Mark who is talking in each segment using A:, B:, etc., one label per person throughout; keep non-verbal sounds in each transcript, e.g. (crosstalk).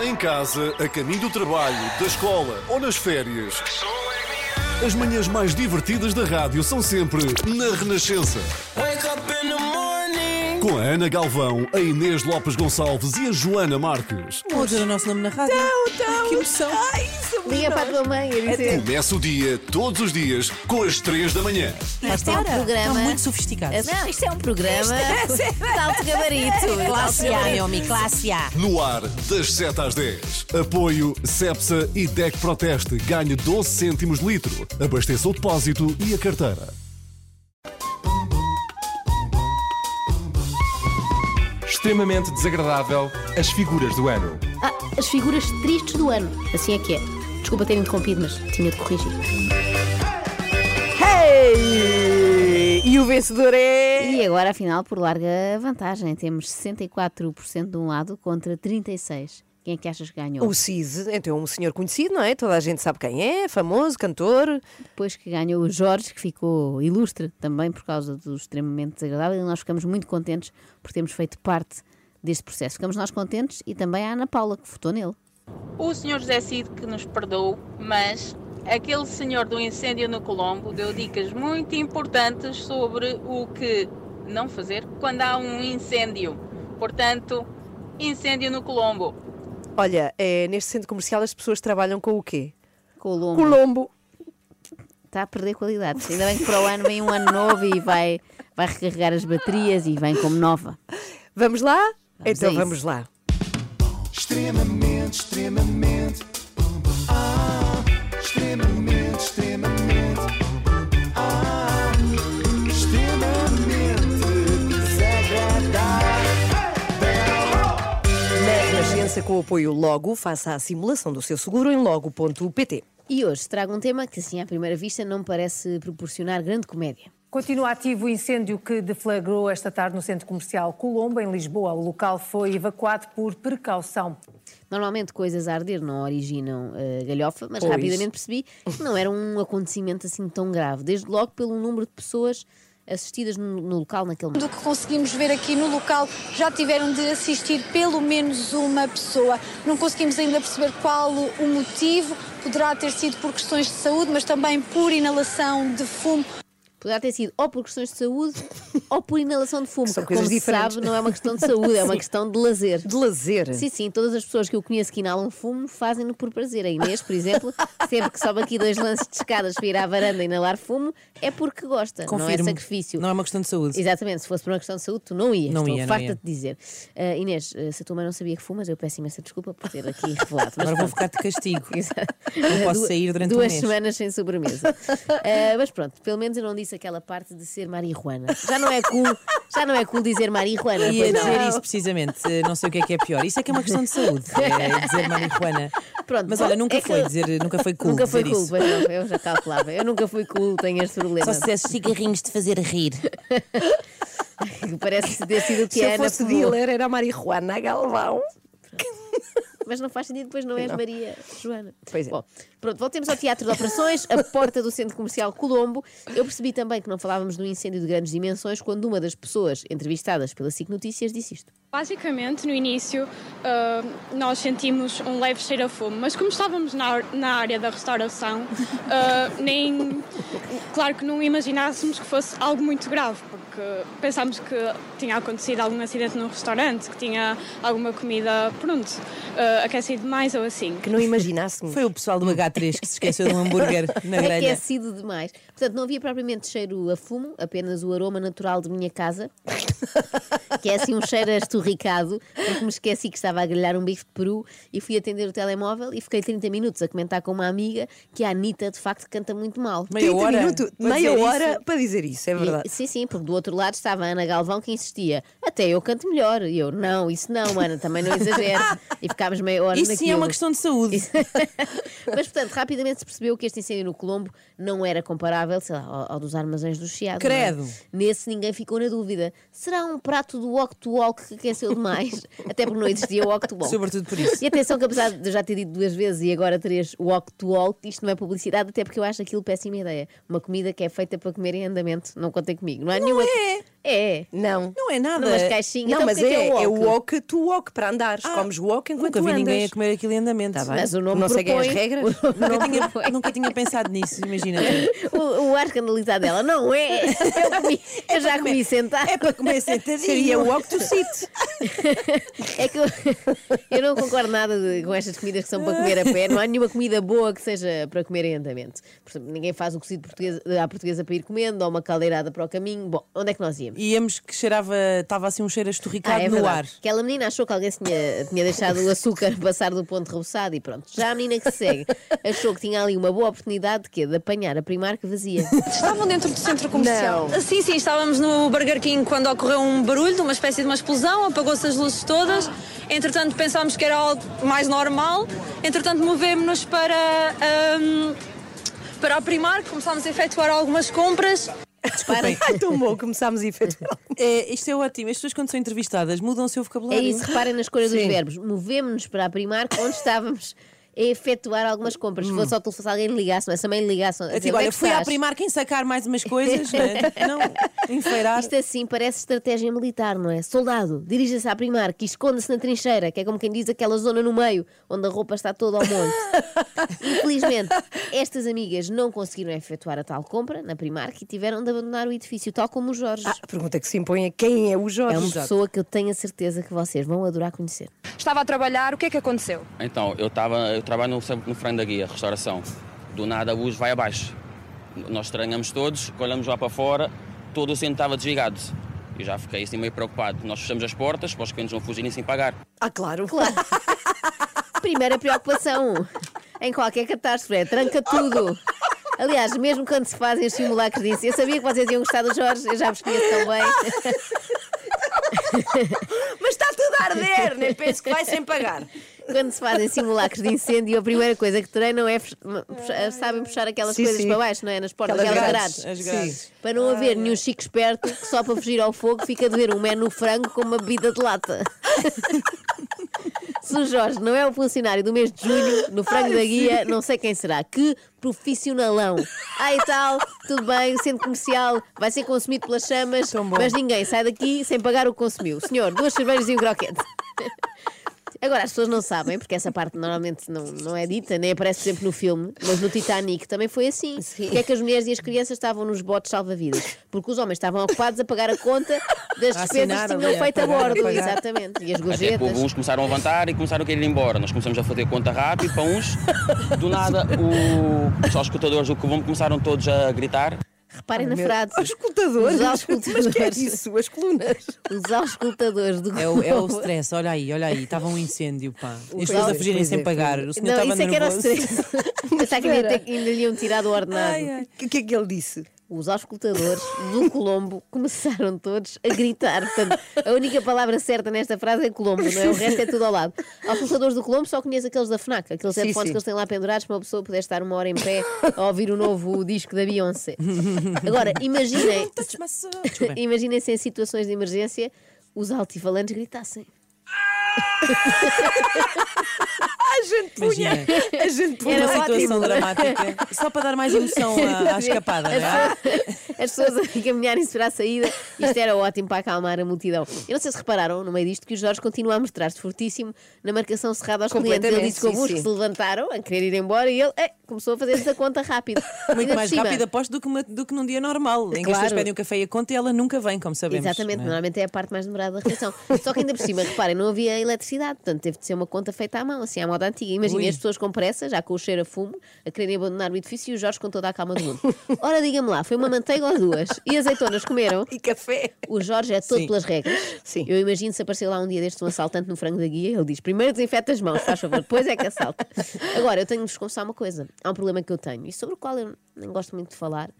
A: Em casa, a caminho do trabalho, da escola ou nas férias. As manhãs mais divertidas da rádio são sempre na Renascença.
B: Wake up in the morning.
A: Com a Ana Galvão, a Inês Lopes Gonçalves e a Joana Marques.
C: Vou dizer o nosso nome na rádio.
D: Tão, tão.
C: Ai, que emoção.
D: Ai, é somos
E: Liga para a tua mãe a dizer.
A: Começa o dia, todos os dias, com as 3 da manhã.
E: Isto é um
C: Estão
E: programa.
C: muito sofisticados.
E: Não, isto é um programa. de alto (laughs) gabarito.
C: Classe A, Naomi, classe A.
A: No ar, das 7 às 10. Apoio Cepsa e DEC Proteste. Ganhe 12 cêntimos de litro. Abasteça o depósito e a carteira.
F: extremamente desagradável as figuras do ano.
E: Ah, as figuras tristes do ano. Assim é que é. Desculpa ter interrompido, mas tinha de corrigir. é
D: Hey! E o vencedor é.
E: E agora, afinal, por larga vantagem, temos 64% de um lado contra 36%. Quem é que achas que ganhou?
D: O Cid, então é um senhor conhecido, não é? Toda a gente sabe quem é, famoso, cantor.
E: Depois que ganhou o Jorge, que ficou ilustre também por causa do extremamente desagradável, e nós ficamos muito contentes por termos feito parte deste processo. Ficamos nós contentes e também a Ana Paula, que votou nele.
G: O senhor José Cid que nos perdoou, mas aquele senhor do incêndio no Colombo deu dicas muito importantes sobre o que não fazer quando há um incêndio. Portanto, incêndio no Colombo.
D: Olha, é, neste centro comercial as pessoas trabalham com o quê?
E: Com o Lombo.
D: Colombo.
E: está Tá a perder qualidade. Ainda bem que para o ano vem um ano novo e vai, vai recarregar as baterias e vem como nova.
D: Vamos lá?
E: a
D: então
E: isso.
D: vamos lá.
H: Extremamente, extremamente. Ah, extremamente, extremamente. Ah, extremamente desagradável.
D: Na Renascença, com o apoio Logo, faça a simulação do seu seguro em logo.pt.
E: E hoje trago um tema que, assim, à primeira vista, não me parece proporcionar grande comédia.
I: Continua ativo o incêndio que deflagrou esta tarde no centro comercial Colombo, em Lisboa. O local foi evacuado por precaução.
E: Normalmente coisas a arder não originam eh, galhofa, mas
D: Pois.
E: rapidamente percebi que não era um acontecimento assim tão grave, desde logo pelo número de pessoas assistidas no, no local naquele momento.
J: do que conseguimos ver aqui no local, já tiveram de assistir pelo menos uma pessoa. Não conseguimos ainda perceber qual o motivo, poderá ter sido por questões de saúde, mas também por inalação de fumo.
E: Poderá ter sido ou por questões de saúde ou por inalação de fumo, que,
D: Que são
E: como
D: coisas
E: se
D: diferentes.
E: sabe não é uma questão de saúde,
D: (laughs)
E: é uma questão de lazer.
D: De lazer.
E: Sim, sim, todas as pessoas que eu conheço que inalam fumo fazem-no por prazer. A Inês, por
C: (laughs)
E: exemplo, sempre que sobe aqui dois lances de escadas para ir à varanda e inalar fumo, é porque gosta, não é
C: Confirmo.
E: sacrifício.
C: Não é uma questão de saúde.
E: Exatamente, se fosse por uma questão de saúde, tu não ias.
C: Não
E: Estou
C: ia, não
E: farta
C: ia.
E: de dizer. Ah, Inês, ah, se a tua mãe não sabia que fumas, eu peço imensa desculpa por ter aqui revelado. Mas
C: Agora vou
E: pronto.
C: ficar de castigo.
E: (laughs)
C: Não posso
E: Du-
C: sair durante
E: duas
C: um mês.
E: semanas sem sobremesa. Ah, mas pronto, pelo menos eu não disse aquela parte de ser marihuana. Já não é cool, já não é cool dizer marihuana.
C: Ia
E: pois não.
C: É dizer isso precisamente. Eh, Não sei o que é que é pior. Isso é que é uma questão de saúde.
E: (laughs)
C: É dizer marihuana.
E: Pronto,
C: Mas olha, nunca
E: é que-
C: foi dizer, nunca foi cool.
E: nunca foi
C: dizer
E: cool,
C: isso.
E: pois não, eu já calculava. Eu nunca fui cool, tenho este problema.
C: Só se desse cigarrinhos de fazer rir.
E: Parece ter
C: (laughs)
E: sido o que é
D: Se
E: a
D: eu
E: Ana
D: fosse
E: fumou.
D: dealer, era a Marijuana Galvão.
E: Mas não faz sentido, depois não és Maria Joana.
D: Pois é.
E: Bom, pronto, voltemos ao Teatro de Operações, a porta do Centro Comercial Colombo. Eu percebi também que não falávamos de um incêndio de grandes dimensões quando uma das pessoas entrevistadas pela SIC Notícias disse isto.
K: Basicamente, no início, ah, nós sentimos um leve cheiro a fumo, mas como estávamos na, ar- na área da restauração, ah, nem. Claro que não imaginássemos que fosse algo muito grave, porque pensámos que tinha acontecido algum acidente num restaurante, que tinha alguma comida, pronto, ah, aquecido demais ou assim.
D: Que não imaginássemos.
C: Foi o pessoal do H3 que se esqueceu de um
E: (laughs)
C: hambúrguer na grelha.
E: Aquecido demais. Portanto, não havia propriamente cheiro a fumo, apenas o aroma natural de minha casa, (laughs) que é assim um cheiro a esturricado, porque me esqueci que estava a grelhar um bife de peru e fui atender o telemóvel e fiquei 30 minutos a comentar com uma amiga que a Anitta de facto canta muito mal.
C: Meia
D: 30
C: hora.
D: minutos,
C: para
D: meia
C: dizer
D: hora
C: isso.
D: para dizer isso, é
E: E-
D: verdade.
E: sim, sim, porque do outro lado estava a Ana Galvão que insistia, até eu canto melhor. E eu, não, isso não, Ana, também não exagero. e ficámos meia hora
C: Isso sim é
E: naquilo.
C: uma questão de saúde.
E: Isso- Mas, portanto, rapidamente se percebeu que este incêndio no Colombo não era comparável, sei lá, ao, ao dos armazéns do Chiado. não é?
C: Credo.
E: Nesse ninguém ficou na dúvida. Será um prato do walk to walk que aqueceu demais? até porque não existia walk to walk.
C: Sobretudo por isso.
E: E atenção que apesar de eu já ter dito duas vezes e agora três walk to walk, isto não é publicidade, até porque eu acho aquilo péssima ideia. Uma comida que é feita para comer em andamento, não contem comigo. Não há nenhuma.
C: é.
E: É.
D: Não.
E: Não é nada. Numas caixinhas.
D: Não,
E: Então,
D: mas
E: porquê que
D: é,
E: é walk?
D: é o walk, tu walk para andares.
C: Ah,
D: Comes walk enquanto
C: Nunca vi
D: andas.
C: ninguém a comer aquilo em andamento.
D: Tá bem. Mas o nome Não sei quem é as propõe. regras.
C: Nunca tinha, nunca tinha pensado nisso, (laughs) imagina.
E: (laughs) O, o ar canalizado dela
C: (laughs)
E: não é. Eu, comi, eu já comi sentada. É
C: para comer sentadinho.
D: Seria o walk to sit.
E: É que eu, eu não concordo nada de- com estas comidas que são para comer a pé. Não há nenhuma comida boa que seja para comer em andamento. Por exemplo, ninguém faz um cozido português, à portuguesa para ir comendo, ou uma caldeirada para o caminho. Bom, onde é que nós íamos?
C: Íamos que cheirava, estava assim um cheiro a esturricado
E: Ah, é
C: no ar.
E: verdade. Aquela menina achou que alguém se tinha, tinha deixado o açúcar (laughs) passar do ponto reboçado e pronto. Já a menina que segue achou que tinha ali uma boa oportunidade de quê? De apanhar a Primark vazia.
C: (laughs)
J: Estavam dentro do centro comercial.
L: Ah, Sim, sim, estávamos no Burger King quando ocorreu um barulho, de uma espécie de uma explosão, apagou-se as luzes todas. Entretanto, pensámos que era algo mais normal. Entretanto, movemos-nos para, ahm, para a Primark, começámos a efetuar algumas compras.
D: Ai, tão bom, começámos a efetuar.
C: (laughs) É, isto é ótimo. As pessoas, quando são entrevistadas, mudam o seu
E: É
C: vocabulário.
E: isso, reparem na escolha dos
C: Sim.
E: verbos. Movemos-nos para a Primark, onde estávamos a efetuar algumas compras. Se fosse ao telefone, se alguém lhe ligasse, mas também lhe ligasse. a
C: Hum. É
E: dizer,
C: tipo,
E: "Onde é
C: olha,
E: que
C: fui à
E: estás?"
C: Primark sacar mais umas coisas, né? não enfeirar.
E: Isto assim parece estratégia militar, não é? Soldado, dirija-se à Primark e esconda-se na trincheira, que é como quem diz aquela zona no meio, onde a roupa está toda ao monte.
C: (laughs)
E: Infelizmente, estas amigas não conseguiram efetuar a tal compra na Primark e tiveram de abandonar o edifício, tal como o Jorge.
C: Ah,
D: A pergunta que se impõe é quem é o Jorge?
E: É uma pessoa que eu tenho a certeza que vocês vão adorar conhecer.
L: Estava a trabalhar, o que é que aconteceu?
M: Então, eu, tava, eu trabalho no, sempre no frango da guia, restauração. Do nada a luz vai abaixo. Nós estranhamos todos, olhamos lá para fora, todo o centro estava desligado. Eu já fiquei assim meio preocupado. Nós fechamos as portas para os clientes não fugirem sem pagar.
D: Ah, claro.
E: Claro. Primeira preocupação em qualquer catástrofe é tranca tudo. Aliás, mesmo quando se fazem os simulacros disso, eu sabia que vocês iam gostar do Jorge, eu já vos conheço tão bem.
D: Mas está tudo a arder, nem penso que vai sem pagar.
E: Quando se fazem simulacros de incêndio, a primeira coisa que treinam é. fech- puxa- Sabem puxar aquelas
D: Sim,
E: coisas
D: sim.
E: para baixo, não é? Nas portas,
D: Aquelas
E: aquelas,
D: grades,
E: grades.
D: as grades. Sim.
E: Para não haver nenhum chico esperto que só para fugir ao fogo fica de ver um menu frango com uma bebida de
D: (laughs)
E: lata. Se o Jorge não é o funcionário do mês de julho, no Frango
D: Ai,
E: da Guia,
D: sim.
E: não sei quem será. Que profissionalão! Ai tal, tudo bem, o centro comercial vai ser consumido pelas chamas, mas ninguém sai daqui sem pagar o que consumiu. Senhor, duas cervejas e um croquete. Agora, as pessoas não sabem, porque essa parte normalmente não, não é dita, nem aparece sempre no filme, mas no Titanic também foi assim. Porque é que as mulheres e as crianças estavam nos botes salva-vidas? Porque os homens estavam ocupados a pagar a conta das
M: A
E: despesas
M: assinar,
E: que
M: ali,
E: tinham
M: a
E: feito a
M: pagar, a
E: bordo.
M: pagar.
E: Exatamente. E as
M: Até que
E: gorjetas.
M: alguns Tipo, começaram a levantar e começaram a querer ir embora. Nós começamos a fazer conta rápido para uns. Do nada, o, só os escutadores do Cubombo começaram todos a gritar.
E: Reparem
M: Ai,
E: na
M: meu-
E: frase.
M: Os
E: escutadores. Os auscultadores.
D: Mas que é isso? As colunas.
E: Os auscultadores do
C: É o, é o stress, olha aí, olha aí, estava um incêndio, pá. E as
E: Pois
C: pessoas a
E: é,
C: fugirem
E: pois
C: sem
E: é,
C: pagar.
E: pois
C: O
E: é.
C: senhor
E: Não,
C: estava
E: isso é que era o
C: nervoso. (laughs)
E: stress. Pensar que ainda,
C: Espera.
E: te- ainda lhe iam tirar do ordenado.
C: Ai, ai.
D: O que é que ele disse?
E: Os auscultadores do Colombo começaram todos a gritar. Portanto, a única palavra certa nesta frase é Colombo, não é? O resto é tudo ao lado. Auscultadores do Colombo só conheço aqueles da FNAC, aqueles
D: Sim,
E: headphones
D: sim.
E: que eles têm lá pendurados para uma pessoa poder estar uma hora em pé a ouvir o novo disco da Beyoncé. Agora, imaginem. Imaginem se em situações de emergência os altifalantes gritassem.
D: A gente punha. A gente punha.
C: Era uma
D: ótimo.
C: situação dramática. (laughs) Só para dar mais emoção à,
E: (laughs)
C: à escapada, não é?
E: As pessoas a caminharem-se para a saída. Isto era ótimo para acalmar a multidão. Eu não sei se repararam, no meio disto, que o Jorge continua a mostrar-se fortíssimo na marcação cerrada aos clientes. Ele
C: Completamente,
E: disse que houve
C: sim,
E: uns que
C: sim.
E: se levantaram a querer ir embora e ele eh, começou a fazer-se a conta rápido. Ainda
C: (laughs) Muito
E: por
C: mais
E: cima-
C: rápido, aposto, do que, uma- do que num dia normal, em que as pessoas
E: Claro.
C: pedem o café e a conta e ela nunca vem, como sabemos.
E: Exatamente,
C: não é?
E: normalmente é a parte mais demorada da refeição. Só que ainda por cima, reparem, não havia eletricidade, portanto teve de ser uma conta feita à mão, assim, à moda antiga. Imaginem
C: Ui.
E: as pessoas com pressa, já com o cheiro a fumo, a quererem abandonar o edifício e o Jorge com toda a calma do mundo. Ora, diga-me lá, foi uma manteiga ou duas? E azeitonas comeram?
D: E café?
E: O Jorge é todo
D: Sim.
E: pelas regras. Sim. Eu imagino se apareceu lá um dia destes um assaltante no frango da guia, ele diz: primeiro desinfeta as mãos, faz favor, depois é que assalta. Agora, eu tenho de vos confessar uma coisa. Há um problema que eu tenho e sobre o qual eu nem gosto muito de falar,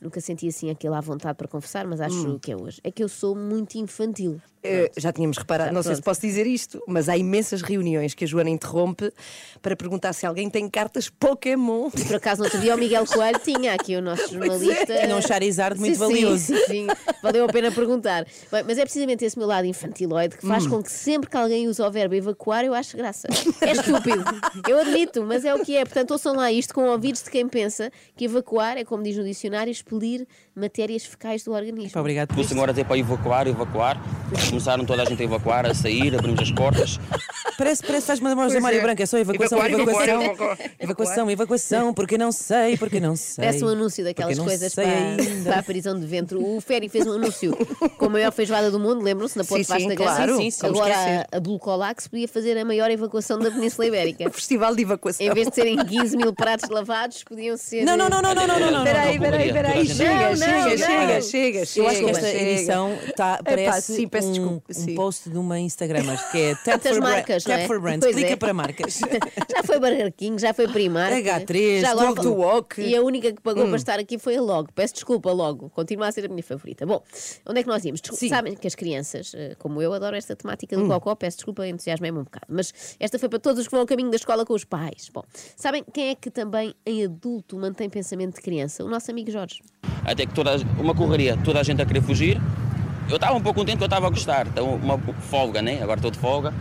E: nunca senti assim aquilo à vontade para confessar, mas acho
D: Hum.
E: que é hoje. É que eu sou muito infantil.
D: Eh, já tínhamos reparado,
E: Já,
D: não sei se
E: pronto.
D: posso dizer isto, mas há imensas reuniões que a Joana interrompe para perguntar se alguém tem cartas Pokémon.
E: Por acaso, no outro dia, o Miguel Coelho tinha aqui o nosso jornalista.
C: Tinha um Charizard muito
E: Sim,
C: valioso.
E: Sim, sim, valeu a pena perguntar. Bem, mas é precisamente esse meu lado infantiloide que faz
C: Hum.
E: com que sempre que alguém usa o verbo evacuar, eu acho graça. É estúpido. Eu admito, mas é o que é. Portanto, ouçam lá isto com ouvidos de quem pensa que evacuar é, como diz no dicionário, expelir matérias fecais do organismo.
C: Obrigado
M: O senhor a dizer para evacuar, evacuar. Começaram toda a gente a evacuar, a sair, abrimos as portas.
C: Parece, parece, faz uma voz da
M: Pois
C: Mário
M: é.
C: Branco, é só evacuação,
M: Evacuar, evacuar,
C: evacuação.
D: (laughs)
M: evacuar.
C: Evacuação, evacuação, porque não sei, porque não sei.
E: Parece um anúncio daquelas
C: porque não
E: coisas
C: sei
E: para,
C: ainda.
E: para a prisão de ventre. O Ferry fez um anúncio com a maior feijoada do mundo, lembram-se, na Ponte
D: Sim, sim,
E: Vasco da Gama.
D: claro. Sim, sim, como esquecer.
E: Agora a, a Blocolax podia fazer a maior evacuação da Península
C: (laughs)
E: Ibérica.
D: Festival de evacuação.
E: Em vez de serem 15 mil pratos lavados, podiam ser.
C: Não, não, não, não, não, não, não, não.
D: Peraí,
C: não,
D: peraí,
C: Maria,
D: peraí.
C: toda a
D: Chega,
C: gente-
D: chega,
C: Olha,
D: chega, chega,
C: Eu acho que
D: chega,
C: esta
D: chega.
C: edição tá,
D: Epá,
C: parece
D: sim, peço
C: um,
D: desculpa,
C: um
D: sim.
C: post de uma Instagramer que é Tap
E: Tantas
C: for, Bra-
E: marcas, não
C: Tap
E: é?
C: for Brands.
E: Pois
C: Clica
E: é.
C: para marcas.
E: (laughs) Já foi Burger King, já foi Primark.
C: H3,
E: já agora
C: Talk to
E: falou.
C: Walk.
E: E a única que pagou
C: Hum.
E: para estar aqui foi a Logo. Peço desculpa, Logo. Continua a ser a minha favorita. Bom, onde é que nós íamos? Descul- Sabem que as crianças, eh, como eu, adoram esta temática do
N: Hum.
E: cocó. Peço desculpa, entusiasmei-me um bocado. Mas esta foi para todos os que vão ao caminho da escola com os pais. Bom, sabem quem é que também em adulto mantém pensamento de criança? O nosso amigo Jorge.
M: Até que toda a- uma correria, toda a gente a querer fugir. Eu estava um pouco contente que eu estava a gostar. Então, uma folga, né? Agora estou de folga.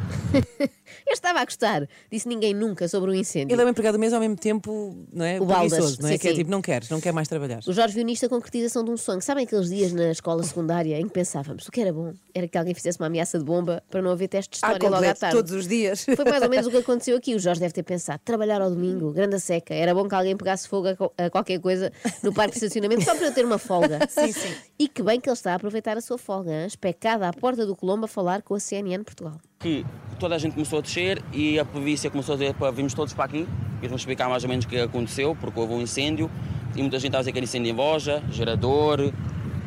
E: Eu estava a gostar. Disse ninguém nunca sobre o incêndio.
C: Ele é um empregado mesmo ao mesmo tempo, não é?
E: O Baldas,
C: preguiçoso, não é?
E: sim,
C: que é
E: sim.
C: tipo, não queres, não quer mais trabalhar.
E: O Jorge viu nisto a concretização de um sonho. Sabem aqueles dias na escola secundária em que pensávamos o que era bom? Era que alguém fizesse uma ameaça de bomba para não haver teste de
D: Ah,
E: história logo à
D: completo,
E: tarde.
D: todos os dias.
E: Foi mais ou menos
D: (laughs)
E: o que aconteceu aqui. O Jorge deve ter pensado: trabalhar ao domingo, grande a seca. Era bom que alguém pegasse fogo a, co- a qualquer coisa no parque de estacionamento só para eu ter uma folga.
D: (laughs) Sim, sim.
E: E que bem que ele está a aproveitar a sua folga, hein? especada à porta do Colombo a falar com a CNN Portugal.
M: que toda a gente começou a descer e a polícia começou a dizer para virmos todos para aqui e vamos explicar mais ou menos o que aconteceu, porque houve um incêndio e muita gente estava a dizer que era incêndio em Voja, gerador.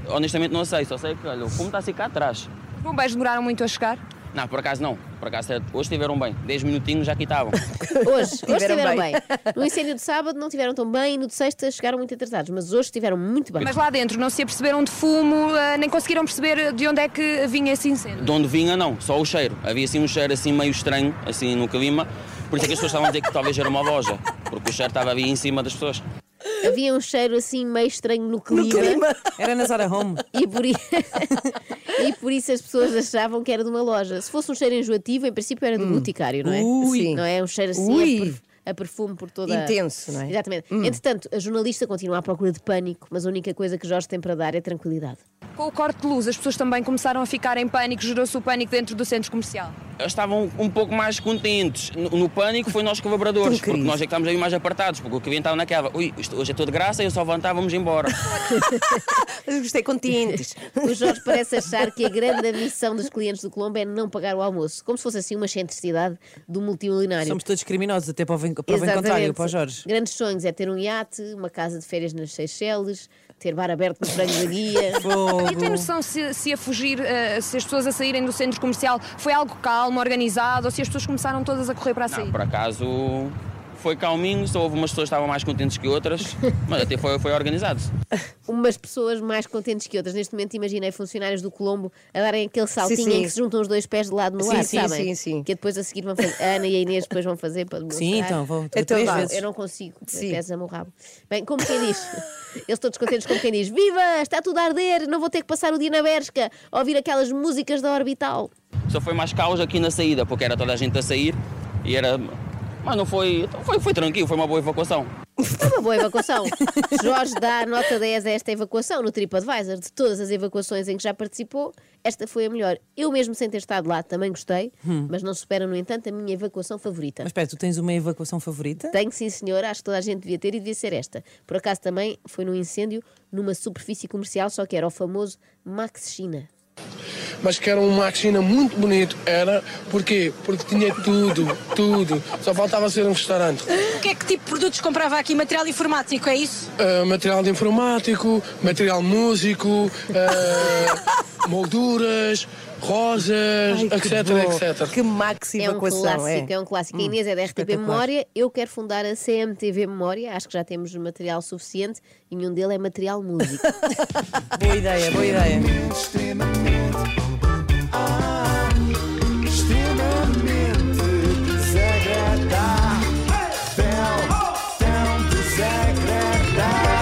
M: Honestamente não sei, só sei que olha, o fumo está a ficar atrás.
N: Os bombeiros demoraram muito a chegar.
M: Não, por acaso não. Por acaso hoje tiveram bem. 10 minutinhos já aqui estavam.
E: Hoje, hoje estiveram bem. No incêndio de sábado não tiveram tão bem e no de sexta chegaram muito atrasados, mas hoje estiveram muito bem.
N: Mas lá dentro não se aperceberam de fumo, eh, nem conseguiram perceber de onde é que vinha esse incêndio.
M: (laughs) De onde vinha não, só o cheiro. Havia assim um cheiro assim meio estranho, assim no clima. Por isso é que as pessoas estavam a dizer que talvez era uma loja, porque o cheiro estava ali em cima das pessoas.
E: Havia um cheiro assim meio estranho no clima.
C: (laughs) Era na Zara Home.
E: E por, i- (laughs) e por isso as pessoas achavam que era de uma loja. Se fosse um cheiro enjoativo, em princípio era do boticário, não é?
D: Hum. Ui.
E: Não é? Um cheiro assim
D: Ui.
E: a, perf- a perfume por toda
D: Intenso, não é?
E: Exatamente.
D: Hum.
E: Entretanto, a jornalista continua à procura de pânico, mas a única coisa que Jorge tem para dar é tranquilidade.
N: Com o corte de luz, as pessoas também começaram a ficar em pânico, gerou-se o pânico dentro do centro comercial.
M: Eles estavam um pouco mais contentes. No, no pânico foi nós colaboradores, porque nós é que estávamos aí mais apartados, porque o cliente estava naquela. Ui, isto hoje é tudo de graça, eu só levantar, vamos embora.
D: Mas gostei contentes.
E: O
D: (laughs)
E: Jorge parece achar que a grande missão dos clientes do Colombo é não pagar o almoço, como se fosse assim uma excentricidade do multimilionário.
C: Somos todos criminosos, até prova em prova em contrário, para o
E: (laughs)
C: Jorge.
E: Grandes sonhos é ter um iate, uma casa de férias nas Seychelles, ter bar aberto no Frango da
D: (laughs)
E: Guia.
N: E
D: Uhum.
N: tem noção se, se a fugir, eh, se as pessoas a saírem do centro comercial foi algo calmo, organizado, ou se as pessoas começaram todas a correr para a saída?
M: Não, por acaso foi calminho, só houve umas pessoas que estavam mais contentes que outras, mas até foi, foi organizado.
E: Umas pessoas mais contentes que outras. Neste momento imaginei funcionários do Colombo a darem aquele saltinho
D: sim.
E: em que se juntam os dois pés de lado no
D: Sim,
E: ar,
D: sim,
E: sabem?
D: sim, sim.
E: Que depois a seguir vão fazer. A Ana e a Inês depois vão fazer para demonstrar.
C: Sim, então, vão-
D: Então três vá. vezes.
E: Eu não consigo. Pesa-me o rabo. Bem, como quem diz, eles todos contentes como quem diz: Viva! Está tudo a arder! Não vou ter que passar o dia na Bershka a ouvir aquelas músicas da Orbital.
M: Só foi mais caos aqui na saída, porque era toda a gente a sair e era. Mas não foi. Foi, foi tranquilo, foi uma boa evacuação.
E: Foi uma boa evacuação. Jorge dá nota 10 a esta evacuação no TripAdvisor. De todas as evacuações em que já participou, esta foi a melhor. Eu mesmo sem ter estado lá também gostei,
C: Hum.
E: mas não supera, no entanto, a minha evacuação favorita.
C: Mas espera, tu tens uma evacuação favorita?
E: Tenho sim, senhora, acho que toda a gente devia ter e devia ser esta. Por acaso também foi num incêndio numa superfície comercial, só que era o famoso Max China.
O: mas que era um Maxina muito bonito, era, porquê? Porque tinha tudo, tudo, só faltava ser um restaurante.
P: O que é que tipo de produtos comprava aqui? Material informático, é isso?
O: Ah, material de informático, material músico,
P: (laughs)
O: ah, molduras, rosas, etc, etc.
D: Que maxi
E: É um clássico, é, um clássico. A Inês é da RTP
D: espetacular.
E: Memória, eu quero fundar a CMTV Memória, acho que já temos material suficiente e nenhum dele é material músico.
C: Boa ideia, boa ideia.
H: extremamente desagradável, tão desagradável.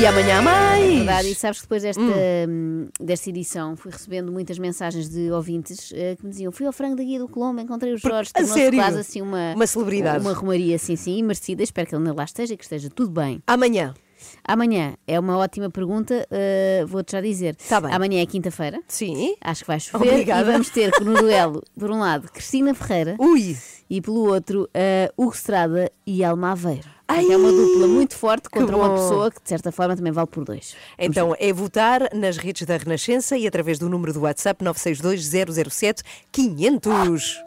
D: E amanhã mais!
E: É verdade, e sabes que depois desta, hum, desta edição fui recebendo muitas mensagens de ouvintes eh, que me diziam: fui ao frango da Guia do Colombo, encontrei o Jorge,
D: a
E: tornou-se
D: sério?
E: quase assim uma,
D: Uma celebridade.
E: Uma romaria, sim, sim, e merecida. Espero que ele ainda lá esteja e que esteja tudo bem.
D: Amanhã.
E: Amanhã é uma ótima pergunta, eh, vou-te já dizer. Amanhã é quinta-feira.
D: Tá Sim.
E: Acho que vai chover.
D: Obrigada. Uh.
E: E vamos ter
D: (laughs)
E: no duelo, por um lado, Cristina Ferreira.
D: Ui!
E: E pelo outro, eh, Hugo Estrada e Alma Aveiro. Portanto, É uma dupla muito forte
D: que
E: contra uma
D: bom.
E: pessoa que, de certa forma, também vale por dois. Vamos
D: Então é votar nas redes da Renascença e através do número do WhatsApp 962 007 500.